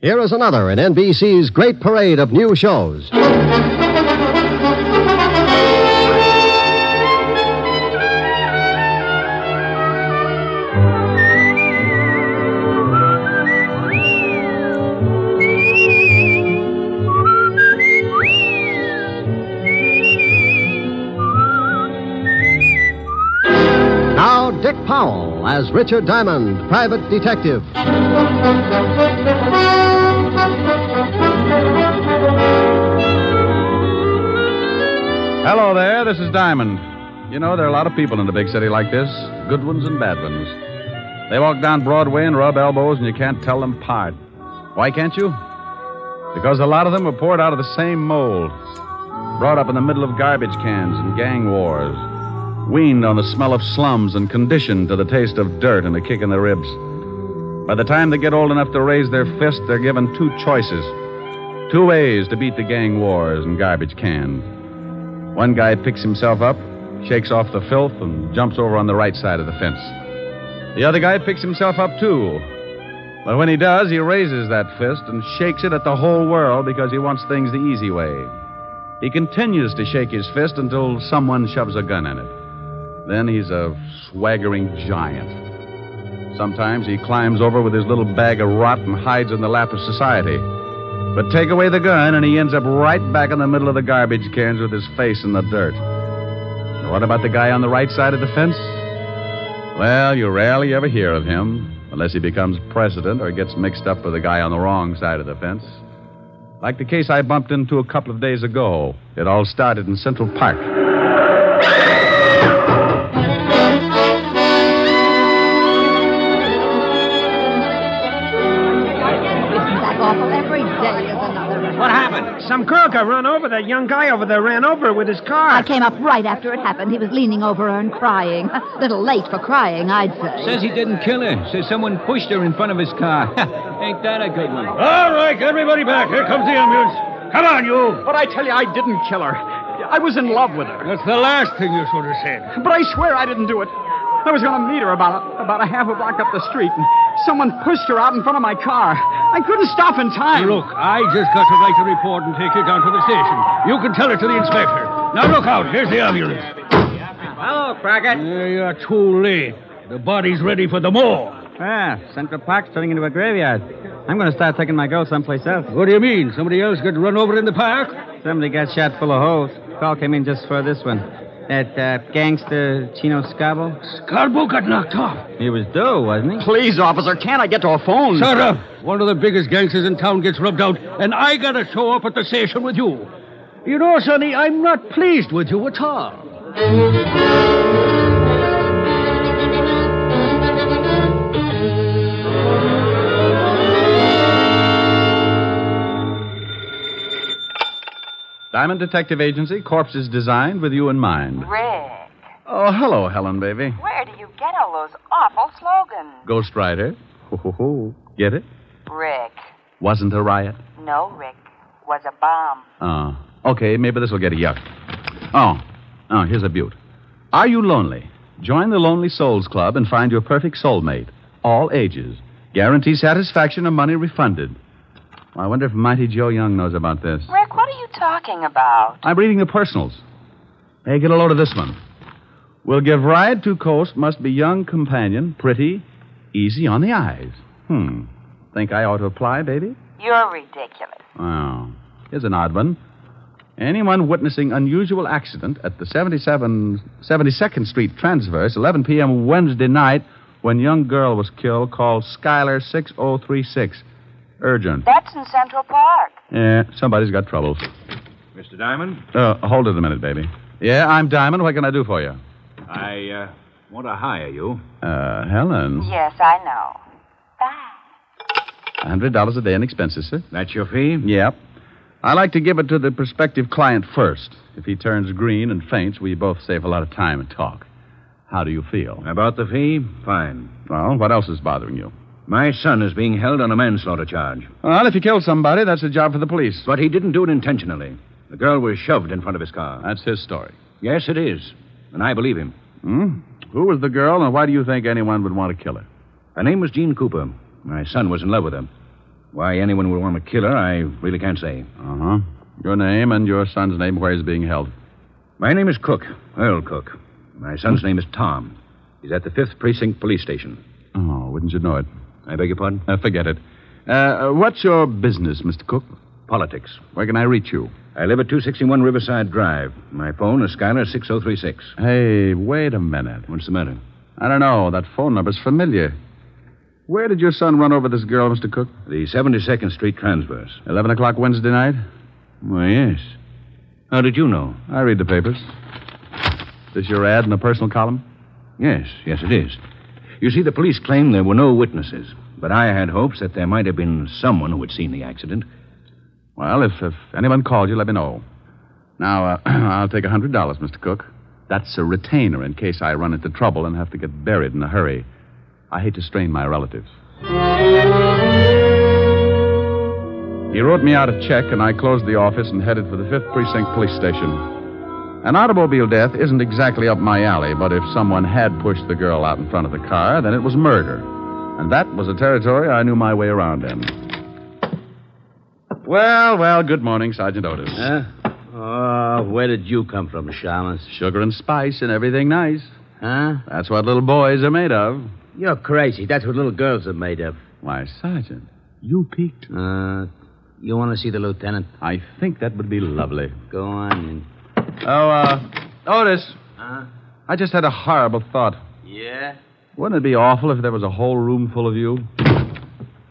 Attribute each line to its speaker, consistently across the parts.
Speaker 1: Here is another in NBC's great parade of new shows. Now, Dick Powell as Richard Diamond, private detective.
Speaker 2: Hello there, this is Diamond. You know, there are a lot of people in a big city like this good ones and bad ones. They walk down Broadway and rub elbows, and you can't tell them apart. Why can't you? Because a lot of them were poured out of the same mold, brought up in the middle of garbage cans and gang wars, weaned on the smell of slums and conditioned to the taste of dirt and a kick in the ribs. By the time they get old enough to raise their fist, they're given two choices two ways to beat the gang wars and garbage cans. One guy picks himself up, shakes off the filth, and jumps over on the right side of the fence. The other guy picks himself up, too. But when he does, he raises that fist and shakes it at the whole world because he wants things the easy way. He continues to shake his fist until someone shoves a gun in it. Then he's a swaggering giant. Sometimes he climbs over with his little bag of rot and hides in the lap of society. But take away the gun, and he ends up right back in the middle of the garbage cans with his face in the dirt. And what about the guy on the right side of the fence? Well, you rarely ever hear of him, unless he becomes president or gets mixed up with the guy on the wrong side of the fence. Like the case I bumped into a couple of days ago. It all started in Central Park.
Speaker 3: That awful every day is another.
Speaker 4: What happened? Some girl got run over. That young guy over there ran over her with his car.
Speaker 3: I came up right after it happened. He was leaning over her and crying. Little late for crying, I'd say.
Speaker 5: Says he didn't kill her. Says someone pushed her in front of his car. Ain't that a good one?
Speaker 6: All right, everybody back. Here comes the ambulance. Come on, you.
Speaker 7: But I tell you, I didn't kill her. I was in love with her.
Speaker 6: That's the last thing you should have said.
Speaker 7: But I swear I didn't do it. I was going to meet her about a, about a half a block up the street, and someone pushed her out in front of my car. I couldn't stop in time.
Speaker 6: Look, I just got to write the report and take you down to the station. You can tell it to the inspector. Now look out. Here's the ambulance.
Speaker 4: Hello, Crockett.
Speaker 6: Yeah, you're too late. The body's ready for the morgue.
Speaker 5: Ah, Central Park's turning into a graveyard. I'm going to start taking my girl someplace else.
Speaker 6: What do you mean? Somebody else got run over in the park?
Speaker 5: Somebody got shot full of holes. Call came in just for this one. That uh, gangster Chino Scabo.
Speaker 6: Carbo got knocked off.
Speaker 5: He was due, wasn't he?
Speaker 7: Please, officer, can't I get to a
Speaker 5: Hmm.
Speaker 7: phone?
Speaker 6: Shut up. One of the biggest gangsters in town gets rubbed out, and I gotta show up at the station with you. You know, Sonny, I'm not pleased with you at all.
Speaker 2: Diamond Detective Agency, corpses designed with you in mind.
Speaker 8: Rick,
Speaker 2: Oh, hello, Helen, baby.
Speaker 8: where do you get all those awful slogans?
Speaker 2: Ghost Rider. Ho, ho, ho. Get it?
Speaker 8: Rick.
Speaker 2: Wasn't a riot.
Speaker 8: No, Rick. Was a bomb.
Speaker 2: Oh, okay, maybe this will get a yuck. Oh, oh, here's a beaut. Are you lonely? Join the Lonely Souls Club and find your perfect soulmate. All ages. Guarantee satisfaction and money refunded. I wonder if Mighty Joe Young knows about this.
Speaker 8: Rick, what are you talking about?
Speaker 2: I'm reading the personals. Hey, get a load of this one. Will give ride to coast, must be young companion, pretty, easy on the eyes. Hmm. Think I ought to apply, baby?
Speaker 8: You're ridiculous.
Speaker 2: Wow. Here's an odd one. Anyone witnessing unusual accident at the 77, 72nd Street transverse, 11 p.m. Wednesday night, when young girl was killed, called Skylar 6036. Urgent.
Speaker 8: That's in Central Park.
Speaker 2: Yeah, somebody's got troubles.
Speaker 9: Mr. Diamond,
Speaker 2: Uh, hold it a minute, baby. Yeah, I'm Diamond. What can I do for you?
Speaker 9: I uh, want to hire you.
Speaker 2: Uh, Helen.
Speaker 8: Yes, I know. Bye.
Speaker 2: a $100 a day in expenses, sir.
Speaker 9: That's your fee?
Speaker 2: Yep. I like to give it to the prospective client first. If he turns green and faints, we both save a lot of time and talk. How do you feel?
Speaker 9: About the fee? Fine.
Speaker 2: Well, what else is bothering you?
Speaker 9: My son is being held on a manslaughter charge,
Speaker 2: Well, if you killed somebody, that's a job for the police.
Speaker 9: but he didn't do it intentionally. The girl was shoved in front of his car.
Speaker 2: That's his story.
Speaker 9: Yes, it is. And I believe him.
Speaker 2: Hmm? Who was the girl, and why do you think anyone would want to kill her?
Speaker 9: Her name was Jean Cooper. My son was in love with her. Why anyone would want to kill her, I really can't say.
Speaker 2: Uh huh. Your name and your son's name, where he's being held.
Speaker 9: My name is Cook, Earl Cook. My son's name is Tom. He's at the 5th Precinct Police Station.
Speaker 2: Oh, wouldn't you know it?
Speaker 9: I beg your pardon?
Speaker 2: Uh, forget it. Uh, uh, what's your business, Mr. Cook?
Speaker 9: Politics.
Speaker 2: Where can I reach you?
Speaker 9: I live at 261 Riverside Drive. My phone is Skyler 6036.
Speaker 2: Hey, wait a minute.
Speaker 9: What's the matter?
Speaker 2: I don't know. That phone number's familiar. Where did your son run over this girl, Mr. Cook?
Speaker 9: The 72nd Street Transverse.
Speaker 2: 11 o'clock Wednesday night?
Speaker 9: Why, yes. How did you know?
Speaker 2: I read the papers. This your ad in the personal column?
Speaker 9: Yes, yes, it is. You see, the police claim there were no witnesses, but I had hopes that there might have been someone who had seen the accident.
Speaker 2: Well, if, uh, if anyone called you, let me know. Now, uh, I'll take a $100, Mr. Cook. That's a retainer in case I run into trouble and have to get buried in a hurry. I hate to strain my relatives. He wrote me out a check, and I closed the office and headed for the 5th Precinct Police Station. An automobile death isn't exactly up my alley, but if someone had pushed the girl out in front of the car, then it was murder. And that was a territory I knew my way around in. Well, well, good morning, Sergeant Otis.
Speaker 10: Huh?
Speaker 2: Uh,
Speaker 10: Oh, where did you come from, Shamus?
Speaker 2: Sugar and spice and everything nice.
Speaker 10: Huh?
Speaker 2: That's what little boys are made of.
Speaker 10: You're crazy. That's what little girls are made of.
Speaker 2: Why, Sergeant, you peeked.
Speaker 10: Uh, you want to see the lieutenant?
Speaker 2: I think that would be lovely.
Speaker 10: Go on in.
Speaker 2: Oh, uh, Otis,
Speaker 10: Huh?
Speaker 2: I just had a horrible thought.
Speaker 10: Yeah?
Speaker 2: Wouldn't it be awful if there was a whole room full of you?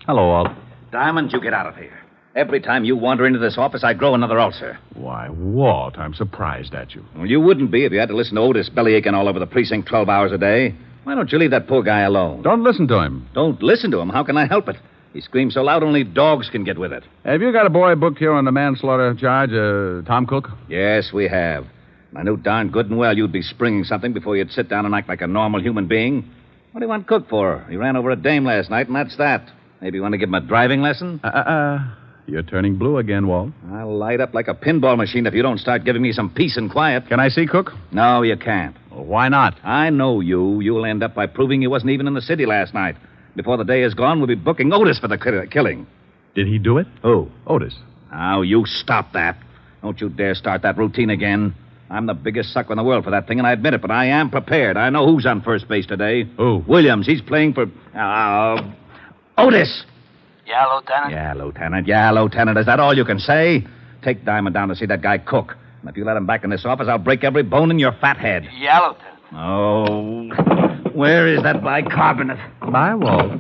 Speaker 2: Hello, Alt.
Speaker 9: Diamond, you get out of here. Every time you wander into this office, I grow another ulcer.
Speaker 2: Why, Walt, I'm surprised at you.
Speaker 9: Well, you wouldn't be if you had to listen to Otis bellyaching all over the precinct 12 hours a day. Why don't you leave that poor guy alone?
Speaker 2: Don't listen to him.
Speaker 9: Don't listen to him. How can I help it? He screams so loud only dogs can get with it.
Speaker 2: Have you got a boy booked here on the manslaughter charge, uh, Tom Cook?
Speaker 9: Yes, we have. And I knew darn good and well you'd be springing something before you'd sit down and act like a normal human being. What do you want Cook for? He ran over a dame last night, and that's that. Maybe you want to give him a driving lesson?
Speaker 2: Uh, uh, uh. You're turning blue again, Walt.
Speaker 9: I'll light up like a pinball machine if you don't start giving me some peace and quiet.
Speaker 2: Can I see Cook?
Speaker 9: No, you can't.
Speaker 2: Well, why not?
Speaker 9: I know you. You'll end up by proving you wasn't even in the city last night. Before the day is gone, we'll be booking Otis for the kill- killing.
Speaker 2: Did he do it?
Speaker 9: Who?
Speaker 2: Otis.
Speaker 9: Now, you stop that. Don't you dare start that routine again. I'm the biggest sucker in the world for that thing, and I admit it, but I am prepared. I know who's on first base today.
Speaker 2: Who?
Speaker 9: Williams. He's playing for. Uh, Otis!
Speaker 8: Yeah, Lieutenant?
Speaker 9: Yeah, Lieutenant. Yeah, Lieutenant. Is that all you can say? Take Diamond down to see that guy Cook. And if you let him back in this office, I'll break every bone in your fat head.
Speaker 8: Yeah, Lieutenant.
Speaker 9: Oh, where is that bicarbonate?
Speaker 2: Bye, Walt.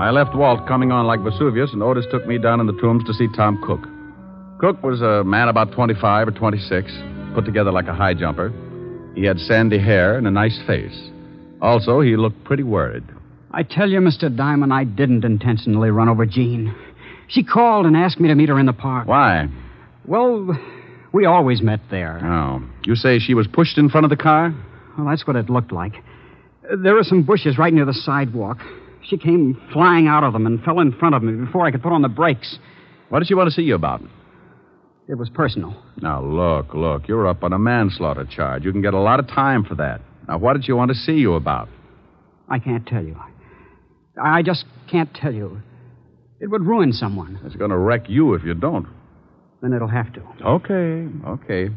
Speaker 2: I left Walt coming on like Vesuvius, and Otis took me down in the tombs to see Tom Cook. Cook was a man about 25 or 26, put together like a high jumper. He had sandy hair and a nice face. Also, he looked pretty worried.
Speaker 5: I tell you, Mr. Diamond, I didn't intentionally run over Jean. She called and asked me to meet her in the park.
Speaker 2: Why?
Speaker 5: Well, we always met there.
Speaker 2: Oh, you say she was pushed in front of the car?
Speaker 5: Well, that's what it looked like. Uh, There are some bushes right near the sidewalk. She came flying out of them and fell in front of me before I could put on the brakes.
Speaker 2: What did she want to see you about?
Speaker 5: It was personal.
Speaker 2: Now, look, look, you're up on a manslaughter charge. You can get a lot of time for that. Now, what did she want to see you about?
Speaker 5: I can't tell you. I I just can't tell you. It would ruin someone.
Speaker 2: It's going to wreck you if you don't.
Speaker 5: Then it'll have to.
Speaker 2: Okay, okay.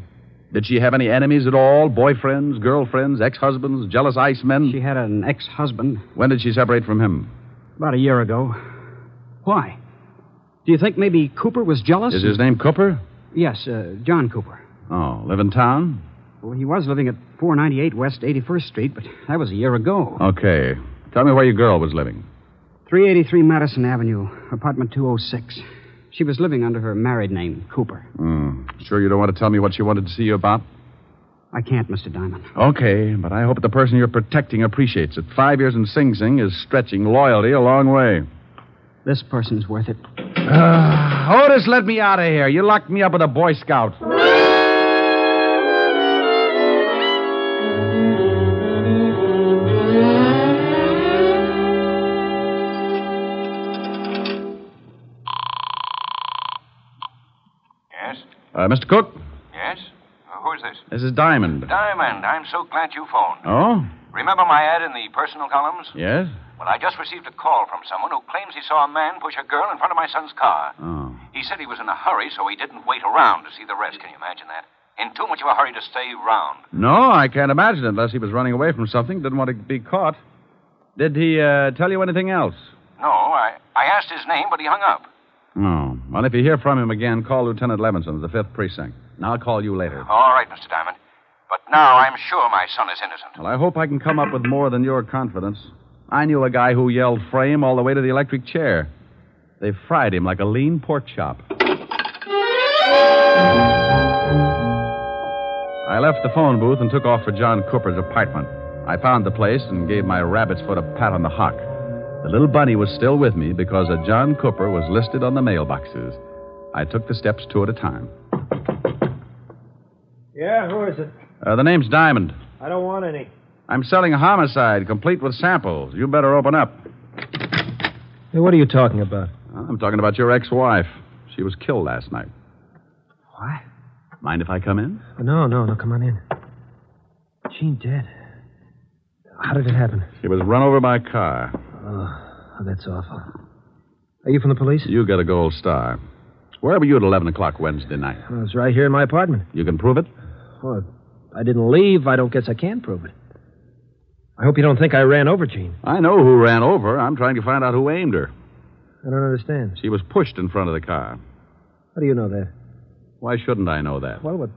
Speaker 2: Did she have any enemies at all? Boyfriends, girlfriends, ex husbands, jealous icemen?
Speaker 5: She had an ex husband
Speaker 2: When did she separate from him?
Speaker 5: about a year ago. Why? Do you think maybe Cooper was jealous?
Speaker 2: Is his name Cooper?
Speaker 5: Yes, uh, John Cooper.
Speaker 2: Oh, live in town?
Speaker 5: Well, he was living at 498 West 81st Street, but that was a year ago.
Speaker 2: Okay. Tell me where your girl was living.
Speaker 5: 383 Madison Avenue, apartment 206. She was living under her married name, Cooper.
Speaker 2: Hmm. Sure you don't want to tell me what she wanted to see you about?
Speaker 5: I can't, Mr. Diamond.
Speaker 2: Okay, but I hope the person you're protecting appreciates it. Five years in Sing Sing is stretching loyalty a long way.
Speaker 5: This person's worth it.
Speaker 2: Ah, Otis, let me out of here. You locked me up with a Boy Scout.
Speaker 11: Yes?
Speaker 2: Uh, Mr. Cook,
Speaker 11: Yes? Uh, who's this?
Speaker 2: this is Diamond.
Speaker 11: Diamond, I'm so glad you phoned.
Speaker 2: Oh?
Speaker 11: Remember my ad in the personal columns?
Speaker 2: Yes?
Speaker 11: Well, But I just received a call from someone who claims he saw a man push a girl in front of my son's car.
Speaker 2: Oh.
Speaker 11: He said he was in a hurry, so he didn't wait around to see the rest. Can you imagine that? In too much of a hurry to stay round.
Speaker 2: No, I can't imagine it unless he was running away from something, didn't want to be caught. Did he uh, tell you anything else?
Speaker 11: No, I, I asked his name, but he hung up.
Speaker 2: No. Well, if you hear from him again, call Lieutenant Levinson of the 5th Precinct. And I'll call you later.
Speaker 11: All right, Mr. Diamond. But now I'm sure my son is innocent.
Speaker 2: Well, I hope I can come up with more than your confidence. I knew a guy who yelled frame all the way to the electric chair. They fried him like a lean pork chop. I left the phone booth and took off for John Cooper's apartment. I found the place and gave my rabbit's foot a pat on the hock. The little bunny was still with me because a John Cooper was listed on the mailboxes. I took the steps two at a time.
Speaker 12: Yeah, who is it?
Speaker 2: Uh, the name's Diamond.
Speaker 12: I don't want any.
Speaker 2: I'm selling a homicide complete with samples. You better open up.
Speaker 12: Hey, what are you talking about?
Speaker 2: I'm talking about your ex wife. She was killed last night.
Speaker 12: What?
Speaker 2: Mind if I come in?
Speaker 12: No, no, no. Come on in. Jean dead. How did it happen?
Speaker 2: She was run over by a car.
Speaker 12: Oh, that's awful. Are you from the police?
Speaker 2: You got a gold star. Where were you at 11 o'clock Wednesday night?
Speaker 12: I was right here in my apartment.
Speaker 2: You can prove it?
Speaker 12: Well, I didn't leave. I don't guess I can prove it. I hope you don't think I ran over Jean.
Speaker 2: I know who ran over. I'm trying to find out who aimed her.
Speaker 12: I don't understand.
Speaker 2: She was pushed in front of the car.
Speaker 12: How do you know that?
Speaker 2: Why shouldn't I know that?
Speaker 12: Well, what?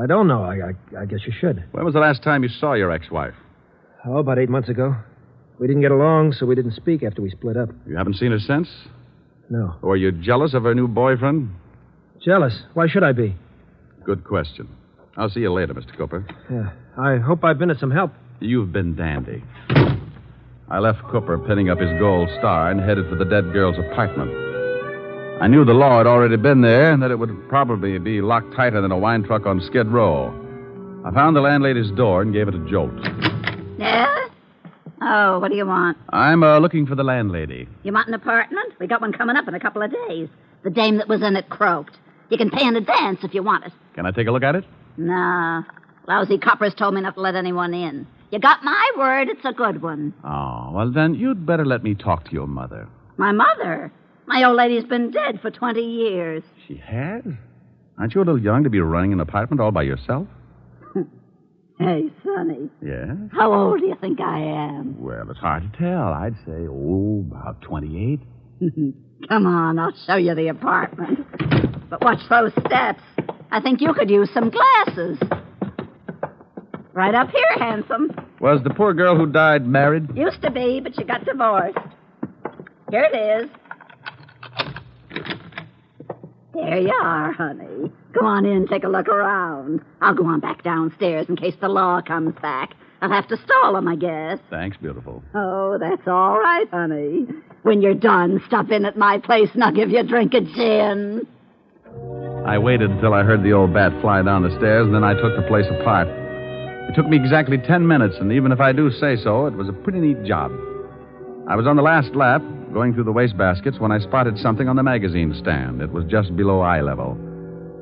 Speaker 12: I don't know. I, I, I guess you should.
Speaker 2: When was the last time you saw your ex wife?
Speaker 12: Oh, about eight months ago. We didn't get along, so we didn't speak after we split up.
Speaker 2: You haven't seen her since?
Speaker 12: No.
Speaker 2: Were you jealous of her new boyfriend?
Speaker 12: Jealous? Why should I be?
Speaker 2: Good question. I'll see you later, Mr. Cooper.
Speaker 12: Yeah. I hope I've been of some help.
Speaker 2: You've been dandy. I left Cooper pinning up his gold star and headed for the dead girl's apartment. I knew the law had already been there and that it would probably be locked tighter than a wine truck on Skid Row. I found the landlady's door and gave it a jolt.
Speaker 3: Yeah? Oh, what do you want?
Speaker 2: I'm uh, looking for the landlady.
Speaker 3: You want an apartment? We got one coming up in a couple of days. The dame that was in it croaked. You can pay in advance if you want it.
Speaker 2: Can I take a look at it?
Speaker 3: Nah. Lousy coppers told me not to let anyone in. You got my word, it's a good one.
Speaker 2: Oh, well, then you'd better let me talk to your mother.
Speaker 3: My mother. My old lady's been dead for 20 years.
Speaker 2: She has? Aren't you a little young to be running an apartment all by yourself?
Speaker 3: Hey, Sonny,
Speaker 2: Yes?
Speaker 3: how old do you think I am?
Speaker 2: Well, it's hard to tell. I'd say, oh, about 28.
Speaker 3: Come on, I'll show you the apartment. But watch those steps. I think you could use some glasses. Right up here, handsome.
Speaker 2: Was the poor girl who died married?
Speaker 3: Used to be, but you got divorced. Here it is. There you are, honey. Go on in, take a look around. I'll go on back downstairs in case the law comes back. I'll have to stall 'em, I guess.
Speaker 2: Thanks, beautiful.
Speaker 3: Oh, that's all right, honey. When you're done, stop in at my place and I'll give you a drink of gin.
Speaker 2: I waited until I heard the old bat fly down the stairs, and then I took the place apart. It took me exactly 10 minutes, and even if I do say so, it was a pretty neat job. I was on the last lap, going through the wastebaskets, when I spotted something on the magazine stand. It was just below eye level.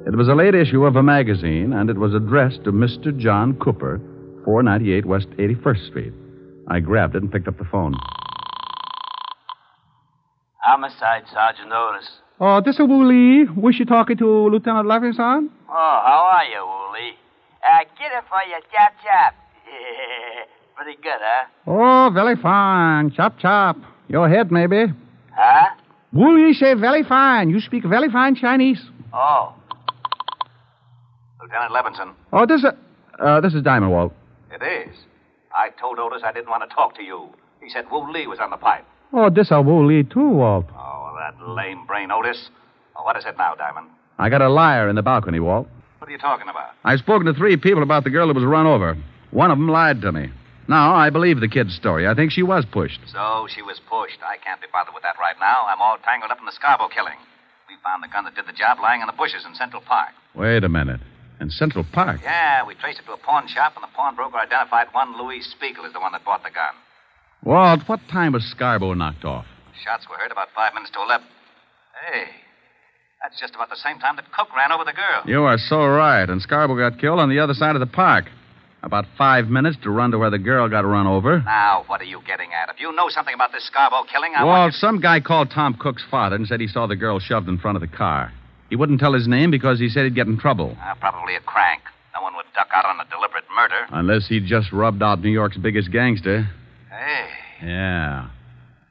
Speaker 2: It was a late issue of a magazine, and it was addressed to Mr. John Cooper, 498 West 81st Street. I grabbed it and picked up the phone.
Speaker 13: Homicide, Sergeant Otis.
Speaker 14: Uh, this is Wu Lee. Wish you talking to Lieutenant Levinson?
Speaker 13: Oh, how are you, Wooly? Uh, get it for you, chap chap. Pretty good, huh?
Speaker 14: Oh, very fine. Chop, chop. Your head, maybe.
Speaker 13: Huh?
Speaker 14: Wu Lee say very fine. You speak very fine Chinese.
Speaker 11: Oh. Lieutenant Levinson,
Speaker 14: Oh, this is, uh, this is Diamond Walt.
Speaker 11: it is. I told Otis I didn't want to talk to you. He said Wu Lee was on the pipe.
Speaker 14: Oh, this is Wu Lee too, Walt.
Speaker 11: Oh, that lame brain, Otis. Oh, what is it now, Diamond?
Speaker 2: I got a liar in the balcony, Walt.
Speaker 11: What are you talking about?
Speaker 2: I've spoken to three people about the girl who was run over. One of them lied to me. Now, I believe the kid's story. I think she was pushed.
Speaker 11: So she was pushed. I can't be bothered with that right now. I'm all tangled up in the Scarbo killing. We found the gun that did the job lying in the bushes in Central Park.
Speaker 2: Wait a minute. In Central Park?
Speaker 11: Yeah, we traced it to a pawn shop, and the pawnbroker identified one Louis Spiegel as the one that bought the gun.
Speaker 2: Walt, what time was Scarbo knocked off?
Speaker 11: Shots were heard about five minutes to eleven. Hey, that's just about the same time that Cook ran over the girl.
Speaker 2: You are so right. And Scarbo got killed on the other side of the park. About five minutes to run to where the girl got run over.
Speaker 11: Now, what are you getting at? If you know something about this Scarbo killing, I
Speaker 2: well,
Speaker 11: want
Speaker 2: some guy called Tom Cook's father and said he saw the girl shoved in front of the car. He wouldn't tell his name because he said he'd get in trouble.
Speaker 11: you... Uh, probably a crank. No one would duck out on a deliberate murder.
Speaker 2: Unless he just rubbed out New York's biggest gangster.
Speaker 11: Hey,
Speaker 2: Yeah.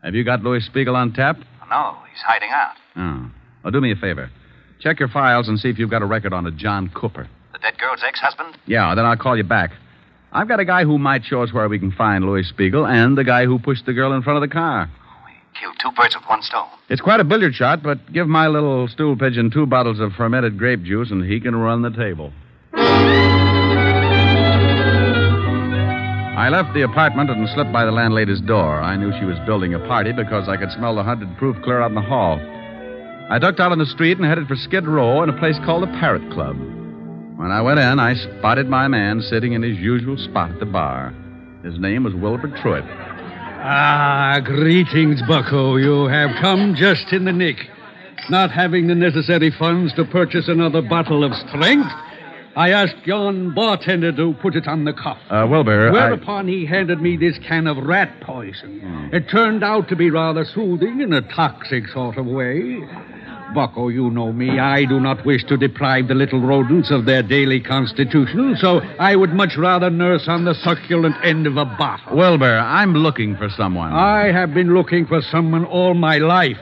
Speaker 2: Have you got Louis Spiegel on tap?
Speaker 11: no, he's hiding out.
Speaker 2: Oh. Well, do me a favor. Check your files and see if you've got a record on a John Cooper.
Speaker 11: The dead girl's ex-husband?
Speaker 2: Yeah, then I'll call you back. I've got a guy who might show us where we can find Louis Spiegel and the guy who pushed the girl in front of the car.
Speaker 11: Killed two birds with one stone.
Speaker 2: It's quite a billiard shot, but give my little stool pigeon two bottles of fermented grape juice and he can run the table. I left the apartment and slipped by the landlady's door. I knew she was building a party because I could smell the hundred proof clear out in the hall. I ducked out on the street and headed for Skid Row in a place called the Parrot Club. When I went in, I spotted my man sitting in his usual spot at the bar. His name was Wilbur Truitt.
Speaker 6: Ah, greetings, Bucko. You have come just in the nick. Not having the necessary funds to purchase another bottle of strength, I asked yon bartender to put it on the cuff.
Speaker 2: Uh, Wilbur, I- Hmm.
Speaker 6: Whereupon he handed me this can of rat poison. It turned out to be rather soothing in a toxic sort of way. Bucko, you know me. I do not wish to deprive the little rodents of their daily constitution, so I would much rather nurse on the succulent end of a bottle.
Speaker 2: Wilbur, I'm looking for someone.
Speaker 6: I have been looking for someone all my life,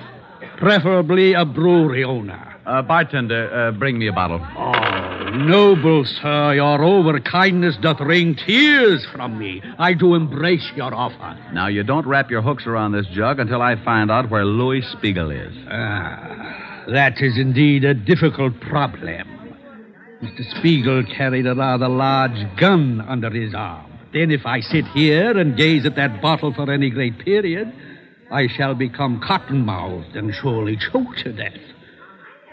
Speaker 6: preferably a brewery owner.
Speaker 2: Uh, bartender, uh, bring me a bottle.
Speaker 6: Oh, noble sir, your over kindness doth wring tears from me. I do embrace your offer.
Speaker 2: Now, you don't wrap your hooks around this jug until I find out where Louis Spiegel is.
Speaker 6: Ah, that is indeed a difficult problem. Mr. Spiegel carried a rather large gun under his arm. Then, if I sit here and gaze at that bottle for any great period, I shall become cotton mouthed and surely choke to death.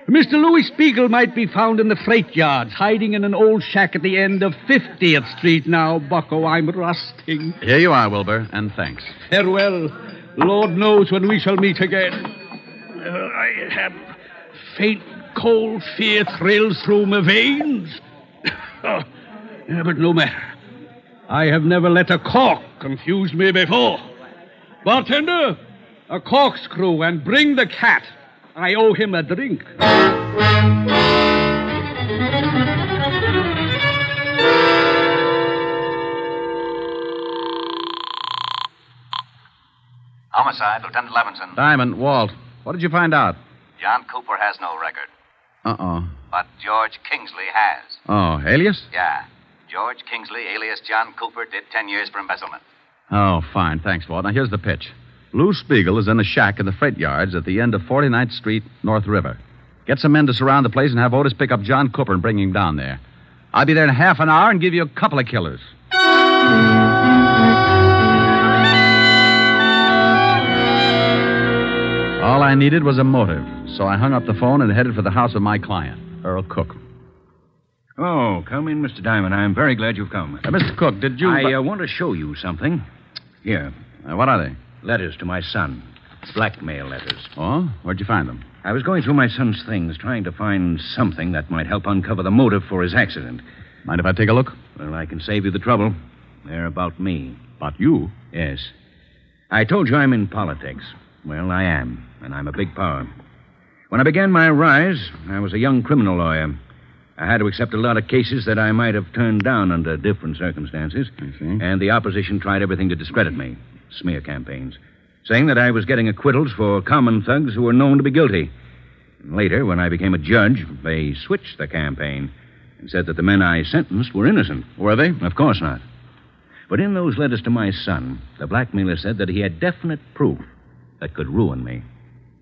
Speaker 6: Mr. Louis Spiegel might be found in the freight yards, hiding in an old shack at the end of 50th Street now, Bucko. I'm rusting.
Speaker 2: Here you are, Wilbur, and thanks.
Speaker 6: Farewell. Lord knows when we shall meet again. Uh, I have faint, cold fear thrills through my veins. Oh, yeah, but no matter. I have never let a cork confuse me before. Bartender, a corkscrew and bring the cat. I owe him a drink.
Speaker 11: Homicide, Lieutenant Levinson.
Speaker 2: Diamond, Walt, what did you find out?
Speaker 11: John Cooper has no record,
Speaker 2: Uh oh.
Speaker 11: but George Kingsley has.
Speaker 2: Oh, alias?
Speaker 11: Yeah. George Kingsley, alias John Cooper, did 10 years for embezzlement.
Speaker 2: Oh, fine. Thanks, Walt. Now, here's the pitch Lou Spiegel is in a shack in the freight yards at the end of 49th Street, North River. Get some men to surround the place and have Otis pick up John Cooper and bring him down there. I'll be there in half an hour and give you a couple of killers. All I needed was a motive, so I hung up the phone and headed for the house of my client, Earl Cook.
Speaker 15: Oh, come in, Mr. Diamond. I'm very glad you've come.
Speaker 2: Uh, Mr. Cook, did you.
Speaker 15: I uh, want to show you something. Here.
Speaker 2: Uh, what are they?
Speaker 15: Letters to my son. Blackmail letters.
Speaker 2: Oh? Where'd you find them?
Speaker 15: I was going through my son's things, trying to find something that might help uncover the motive for his accident.
Speaker 2: Mind if I take a look?
Speaker 15: Well, I can save you the trouble. They're about me.
Speaker 2: About you?
Speaker 15: Yes. I told you I'm in politics. Well, I am, and I'm a big power. When I began my rise, I was a young criminal lawyer. I had to accept a lot of cases that I might have turned down under different circumstances. And the opposition tried everything to discredit me smear campaigns, saying that I was getting acquittals for common thugs who were known to be guilty. And later, when I became a judge, they switched the campaign and said that the men I sentenced were innocent.
Speaker 2: Were they?
Speaker 15: Of course not. But in those letters to my son, the blackmailer said that he had definite proof that could ruin me.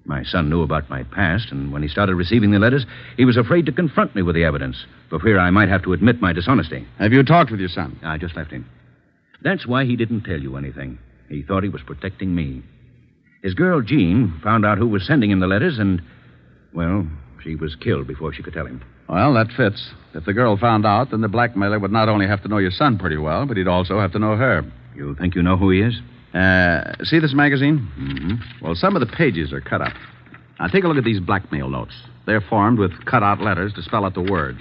Speaker 15: My son knew about my past, and when he started receiving the letters, he was afraid to confront me with the evidence for fear I might have to admit my dishonesty.
Speaker 2: Have you talked with your son?
Speaker 15: I just left him. That's why he didn't tell you anything. He thought he was protecting me. His girl, Jean, found out who was sending him the letters, and, well, she was killed before she could tell him.
Speaker 2: Well, that fits. If the girl found out, then the blackmailer would not only have to know your son pretty well, but he'd also have to know her.
Speaker 15: You think you know who he is?
Speaker 2: Uh, see this magazine? Mm-hmm. Well, some of the pages are cut up. Now, take a look at these blackmail notes. They're formed with cut out letters to spell out the words.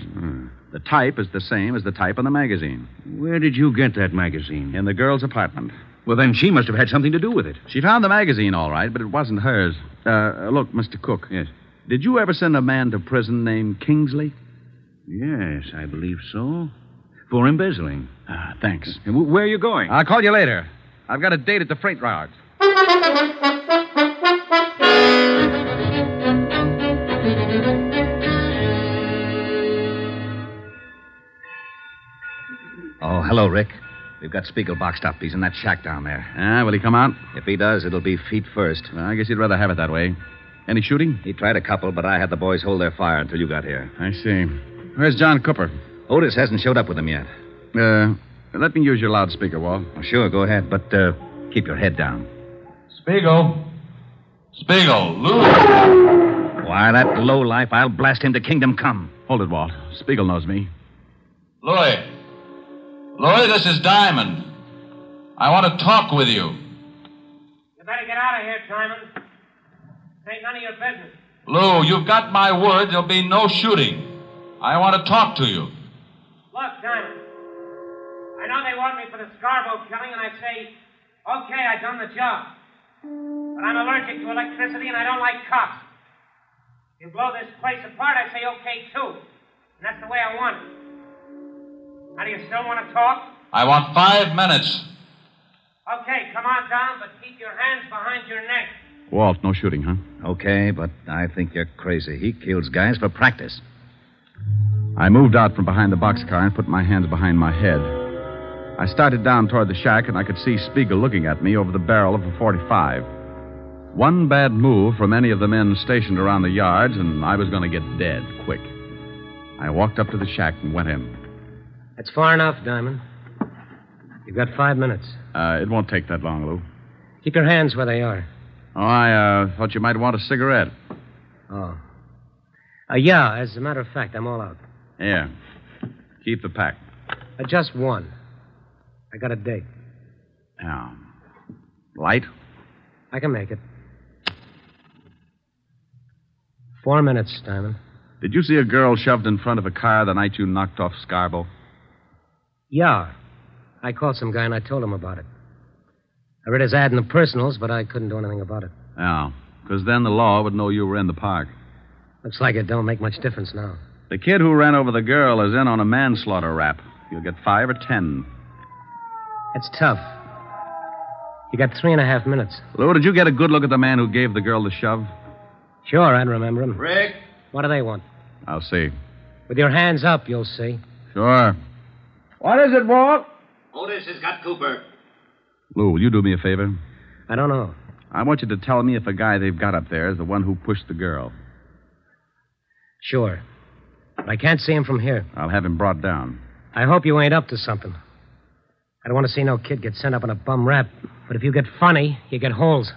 Speaker 2: The type is the same as the type in the magazine.
Speaker 15: Hmm. Where did you get that magazine?
Speaker 2: In the girl's apartment.
Speaker 15: Well, then she must have had something to do with it.
Speaker 2: She found the magazine all right, but it wasn't hers. Uh, look, Mr. Cook.
Speaker 15: Yes.
Speaker 2: Did you ever send a man to prison named Kingsley?
Speaker 15: Yes, I believe so. For embezzling.
Speaker 2: Ah, thanks.
Speaker 15: W- Where are you going?
Speaker 2: I'll call you later. I've got a date at the freight yard.
Speaker 9: Oh, hello, Rick. We've got Spiegel boxed up. He's in that shack down there.
Speaker 2: Ah, will he come out?
Speaker 9: If he does, it'll be feet first.
Speaker 2: I guess he'd rather have it that way. Any shooting?
Speaker 9: He tried a couple, but I had the boys hold their fire until you got here.
Speaker 2: I see. Where's John Cooper?
Speaker 9: Otis hasn't showed up with him yet.
Speaker 2: Uh, let me use your loudspeaker, Walt.
Speaker 9: Oh, sure, go ahead, but uh, keep your head down.
Speaker 11: Spiegel. Spiegel, Lou.
Speaker 9: Why, that lowlife, I'll blast him to kingdom come.
Speaker 2: Hold it, Walt. Spiegel knows me.
Speaker 11: Louis. Louis, this is Diamond. I want to talk with you.
Speaker 16: You better get out of here, Diamond. It ain't none of your business.
Speaker 11: Lou, you've got my word there'll be no shooting. I want to talk to you.
Speaker 16: Look, Diamond. I know they want me for the Scarborough killing, and I say, okay, I done the job. But I'm allergic to electricity, and I don't like cops. You blow this place apart, I say okay too. And that's the way I want it. Now, do you still want to talk?
Speaker 11: I want five minutes.
Speaker 16: Okay, come on down, but keep your hands behind your neck.
Speaker 2: Walt, no shooting, huh?
Speaker 9: Okay, but I think you're crazy. He kills guys for practice.
Speaker 2: I moved out from behind the boxcar and put my hands behind my head. I started down toward the shack, and I could see Spiegel looking at me over the barrel of a 45. One bad move from any of the men stationed around the yards, and I was going to get dead quick. I walked up to the shack and went in.
Speaker 16: That's far enough, Diamond. You've got five minutes.
Speaker 2: Uh, it won't take that long, Lou.
Speaker 16: Keep your hands where they are.
Speaker 2: Oh, I uh, thought you might want a cigarette.
Speaker 16: Oh. Uh, yeah, as a matter of fact, I'm all out.
Speaker 2: Here. Keep the pack.
Speaker 16: Uh, just one. I got a date.
Speaker 2: Now, light?
Speaker 16: I can make it. Four minutes, Diamond.
Speaker 2: Did you see a girl shoved in front of a car the night you knocked off Scarbo?
Speaker 16: Yeah. I called some guy and I told him about it. I read his ad in the personals, but I couldn't do anything about it.
Speaker 2: Yeah, because then the law would know you were in the park.
Speaker 16: Looks like it don't make much difference now.
Speaker 2: The kid who ran over the girl is in on a manslaughter rap. You'll get five or ten.
Speaker 16: It's tough. You got three and a half minutes.
Speaker 2: Lou, did you get a good look at the man who gave the girl the shove?
Speaker 16: Sure, I'd remember him.
Speaker 11: Rick?
Speaker 16: What do they want?
Speaker 2: I'll see.
Speaker 16: With your hands up, you'll see.
Speaker 2: Sure.
Speaker 4: What is it, Walt?
Speaker 11: Otis has got Cooper.
Speaker 2: Lou, will you do me a favor?
Speaker 16: I don't know.
Speaker 2: I want you to tell me if the guy they've got up there is the one who pushed the girl.
Speaker 16: Sure. But I can't see him from here.
Speaker 2: I'll have him brought down.
Speaker 16: I hope you ain't up to something. I don't want to see no kid get sent up on a bum rap. But if you get funny, you get holes.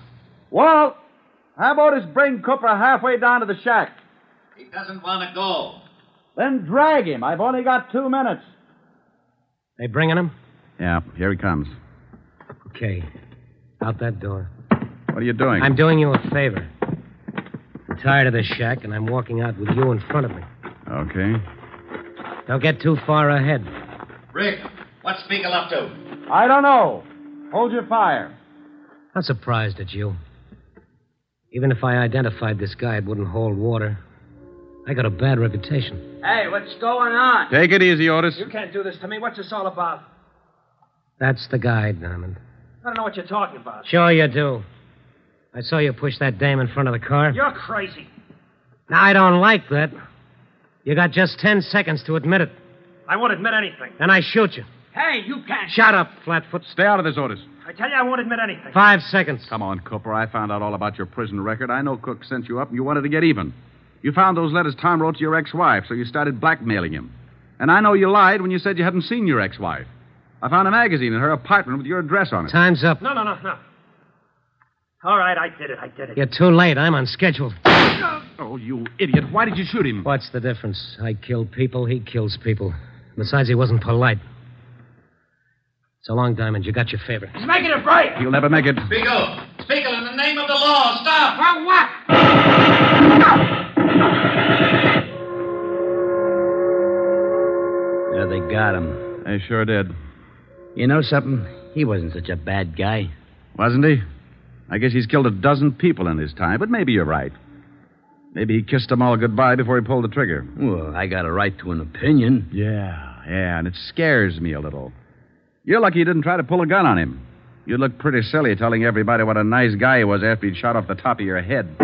Speaker 4: Walt, how about his bring Cooper halfway down to the shack?
Speaker 11: He doesn't want to go.
Speaker 4: Then drag him. I've only got two minutes.
Speaker 16: They bringing him?
Speaker 2: Yeah, here he comes.
Speaker 16: Okay. Out that door.
Speaker 2: What are you doing?
Speaker 16: I'm doing you a favor. I'm tired of this shack, and I'm walking out with you in front of me.
Speaker 2: Okay.
Speaker 16: Don't get too far ahead.
Speaker 11: Rick, what's Spiegel up to?
Speaker 4: I don't know. Hold your fire.
Speaker 16: I'm surprised at you. Even if I identified this guy, it wouldn't hold water. I got a bad reputation.
Speaker 4: Hey, what's going on?
Speaker 2: Take it easy, Otis.
Speaker 4: You can't do this to me. What's this all about?
Speaker 16: That's the guy, Diamond.
Speaker 4: I don't know what you're talking about.
Speaker 16: Sure you do. I saw you push that dame in front of the car.
Speaker 4: You're crazy.
Speaker 16: Now, I don't like that. You got just ten seconds to admit it.
Speaker 4: I won't admit anything.
Speaker 16: Then I shoot you.
Speaker 4: Hey, you can't.
Speaker 16: Shut up, Flatfoot.
Speaker 2: Stay out of this, Otis.
Speaker 4: I tell you, I won't admit anything.
Speaker 16: Five seconds.
Speaker 2: Come on, Cooper. I found out all about your prison record. I know Cook sent you up and you wanted to get even. You found those letters Tom wrote to your ex wife, so you started blackmailing him. And I know you lied when you said you hadn't seen your ex wife. I found a magazine in her apartment with your address on it.
Speaker 16: Time's up.
Speaker 4: No, no, no, no. All right, I did it. I did it.
Speaker 16: You're too late. I'm on schedule.
Speaker 2: Oh, you idiot. Why did you shoot him?
Speaker 16: What's the difference? I kill people, he kills people. Besides, he wasn't polite. So long, Diamond. You got your favor.
Speaker 4: He's making a break.
Speaker 2: He'll never make it.
Speaker 11: Spiegel! Spiegel, in the name of the law, stop!
Speaker 4: Well, what?
Speaker 10: got him.
Speaker 2: They sure did.
Speaker 10: You know something? He wasn't such a bad guy.
Speaker 2: Wasn't he? I guess he's killed a dozen people in his time, but maybe you're right. Maybe he kissed them all goodbye before he pulled the trigger.
Speaker 10: Well, I got a right to an opinion.
Speaker 2: Yeah, yeah, and it scares me a little. You're lucky you didn't try to pull a gun on him. You'd look pretty silly telling everybody what a nice guy he was after he'd shot off the top of your head.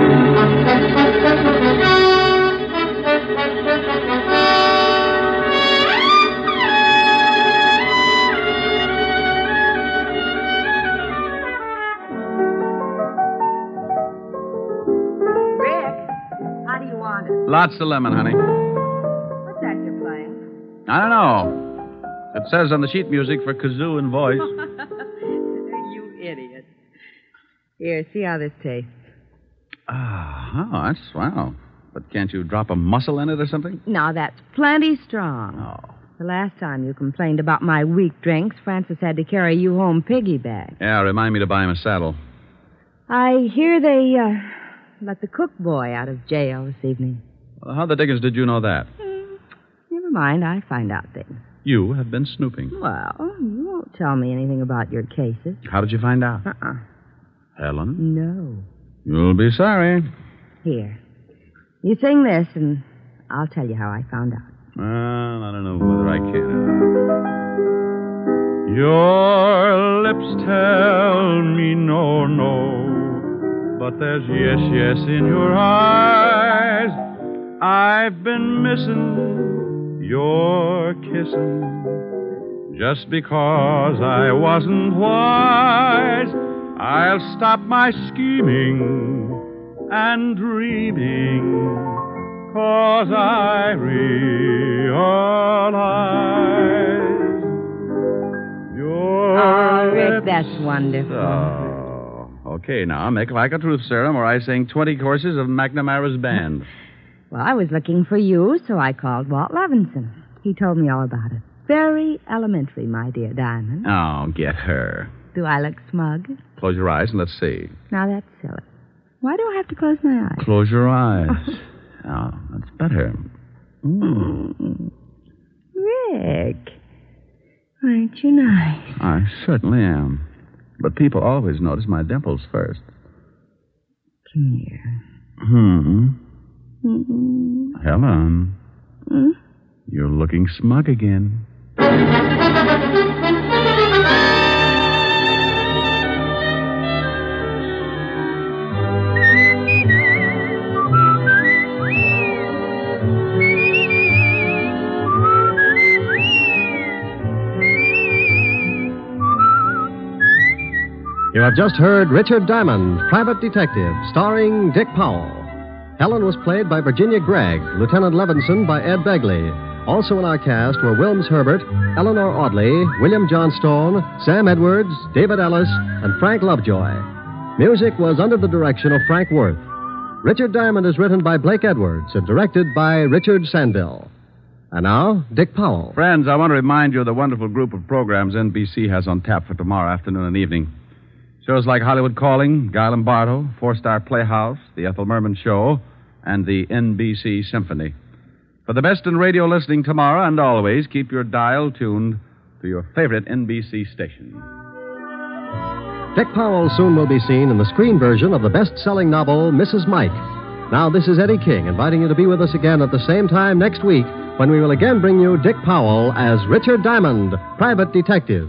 Speaker 3: Rick, how do you want it?
Speaker 2: Lots of lemon, honey.
Speaker 3: What's that you're playing?
Speaker 2: I don't know. It says on the sheet music for kazoo and voice.
Speaker 17: you idiot. Here, see how this tastes.
Speaker 2: Ah, oh, that's wow. But can't you drop a muscle in it or something?
Speaker 17: Now, that's plenty strong. Oh. The last time you complained about my weak drinks, Francis had to carry you home piggyback.
Speaker 2: Yeah, remind me to buy him a saddle.
Speaker 17: I hear they uh, let the cook boy out of jail this evening.
Speaker 2: Well, how the dickens did you know that?
Speaker 17: Never mind, I find out things.
Speaker 2: You have been snooping.
Speaker 17: Well, Oh, you won't tell me anything about your cases.
Speaker 2: How did you find out?
Speaker 17: Uh-uh.
Speaker 2: Helen?
Speaker 17: No.
Speaker 2: You'll be sorry.
Speaker 17: Here. You sing this, and I'll tell you how I found out.
Speaker 2: Well, I don't know whether I can. Your lips tell me no, no, but there's yes, yes in your eyes. I've been missing your kissing just because I wasn't wise. I'll stop my scheming and dreaming, cause I realize
Speaker 17: Oh,
Speaker 2: your
Speaker 17: Rick, that's wonderful.
Speaker 2: Oh, okay, now make like a truth serum, or I sing 20 courses of McNamara's band.
Speaker 17: Well, I was looking for you, so I called Walt Levinson. He told me all about it. Very elementary, my dear Diamond.
Speaker 2: Oh, get her.
Speaker 17: Do I look smug?
Speaker 2: Close your eyes and let's see.
Speaker 17: Now that's silly. Why do I have to close my eyes?
Speaker 2: Close your eyes. oh, that's better. Mm.
Speaker 17: Rick, Oh, aren't you nice?
Speaker 2: I certainly am. But people always notice my dimples first.
Speaker 17: Come here.
Speaker 2: Hmm.
Speaker 17: Mm-mm.
Speaker 2: Helen,
Speaker 17: Mm?
Speaker 2: you're looking smug again.
Speaker 1: You have just heard Richard Diamond, Private Detective, starring Dick Powell. Helen was played by Virginia Gregg, Lieutenant Levinson by Ed Begley. Also in our cast were Wilms Herbert, Eleanor Audley, William Johnstone, Sam Edwards, David Ellis, and Frank Lovejoy. Music was under the direction of Frank Worth. Richard Diamond is written by Blake Edwards and directed by Richard Sandell. And now, Dick Powell.
Speaker 2: Friends, I want to remind you of the wonderful group of programs NBC has on tap for tomorrow afternoon and evening. Shows like Hollywood Calling, Guy Lombardo, Four Star Playhouse, The Ethel Merman Show, and the NBC Symphony. For the best in radio listening tomorrow and always, keep your dial tuned to your favorite NBC station.
Speaker 1: Dick Powell soon will be seen in the screen version of the best selling novel, Mrs. Mike. Now, this is Eddie King inviting you to be with us again at the same time next week when we will again bring you Dick Powell as Richard Diamond, private detective.